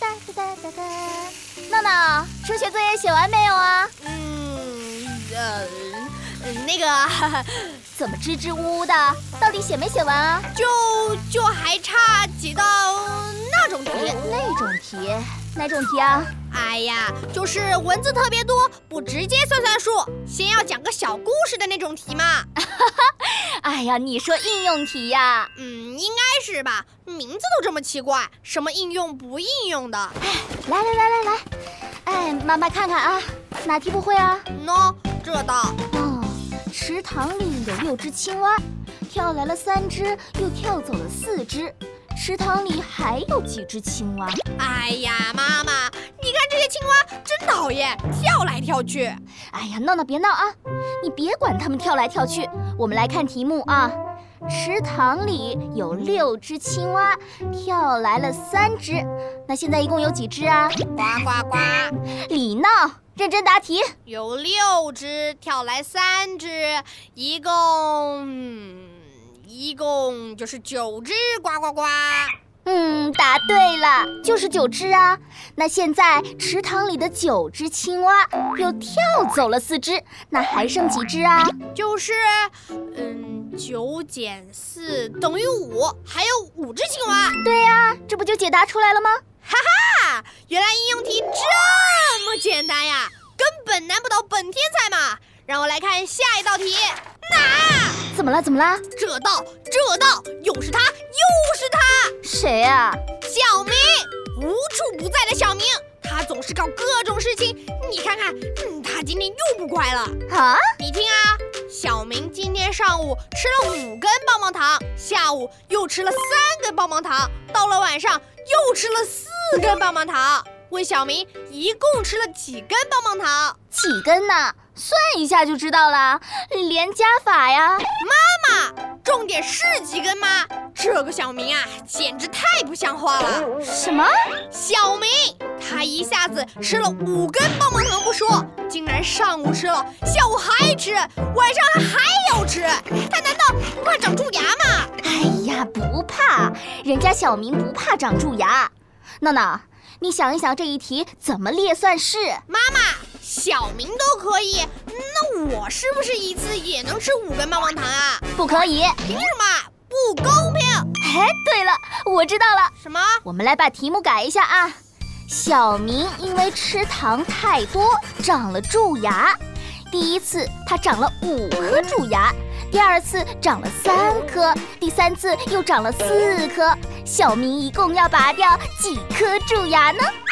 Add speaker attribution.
Speaker 1: 哒哒。闹闹，数学作业写完没有啊？
Speaker 2: 嗯，呃，那个
Speaker 1: 怎么支支吾吾的？到底写没写完啊？
Speaker 2: 就就还差几道那种题。
Speaker 1: 那种题，哪种题啊？
Speaker 2: 哎呀，就是文字特别多，不直接算算数，先要讲个小故事的那种题嘛。
Speaker 1: 哎呀，你说应用题呀、
Speaker 2: 嗯，应该是吧？名字都这么奇怪，什么应用不应用的？
Speaker 1: 来来来来来，哎，妈妈看看啊，哪题不会啊？
Speaker 2: 喏，这道
Speaker 1: 哦，池塘里有六只青蛙，跳来了三只，又跳走了四只。池塘里还有几只青蛙？
Speaker 2: 哎呀，妈妈，你看这些青蛙真讨厌，跳来跳去。
Speaker 1: 哎呀，闹闹别闹啊！你别管它们跳来跳去，我们来看题目啊。池塘里有六只青蛙，跳来了三只，那现在一共有几只啊？
Speaker 2: 呱呱呱，
Speaker 1: 李闹，认真答题。
Speaker 2: 有六只，跳来三只，一共、嗯、一共就是九只。呱呱呱，
Speaker 1: 嗯，答对了，就是九只啊。那现在池塘里的九只青蛙又跳走了四只，那还剩几只啊？
Speaker 2: 就是嗯，九减四等于五，还有五只青蛙。
Speaker 1: 对呀、这不就解答出来了吗？
Speaker 2: 啊，原来应用题这么简单呀，根本难不倒本天才嘛！让我来看下一道题，
Speaker 1: 怎么了？怎么了？
Speaker 2: 这道这道又是它又是它，
Speaker 1: 谁啊？
Speaker 2: 小明无处不在的小明，他总是搞各种事情，你看看，嗯，他今天又不乖了。
Speaker 1: 啊？
Speaker 2: 你听啊，小明今天上午吃了五根棒棒糖，下午又吃了三根棒棒糖，到了晚上又吃了四根棒棒糖。问小明一共吃了几根棒棒糖？
Speaker 1: 几根呢？算一下就知道了，连加法呀。
Speaker 2: 重点是几根吗？这个小明啊，简直太不像话了！
Speaker 1: 什么？
Speaker 2: 小明他一下子吃了五根棒棒糖不说，竟然上午吃了，下午还吃，晚上还有吃，他难道不怕长蛀牙吗？
Speaker 1: 哎呀，不怕，人家小明不怕长蛀牙。闹闹，你想一想这一题怎么列算式？
Speaker 2: 小明都可以，那我是不是一次也能吃五根棒棒糖啊？
Speaker 1: 不可以。
Speaker 2: 凭什么？不公平！
Speaker 1: 哎，对了，我知道了，
Speaker 2: 什么？
Speaker 1: 我们来把题目改一下啊。小明因为吃糖太多，长了蛀牙。第一次他长了五颗蛀牙，第二次长了三颗，第三次又长了四颗。小明一共要拔掉几颗蛀牙呢？
Speaker 2: 呃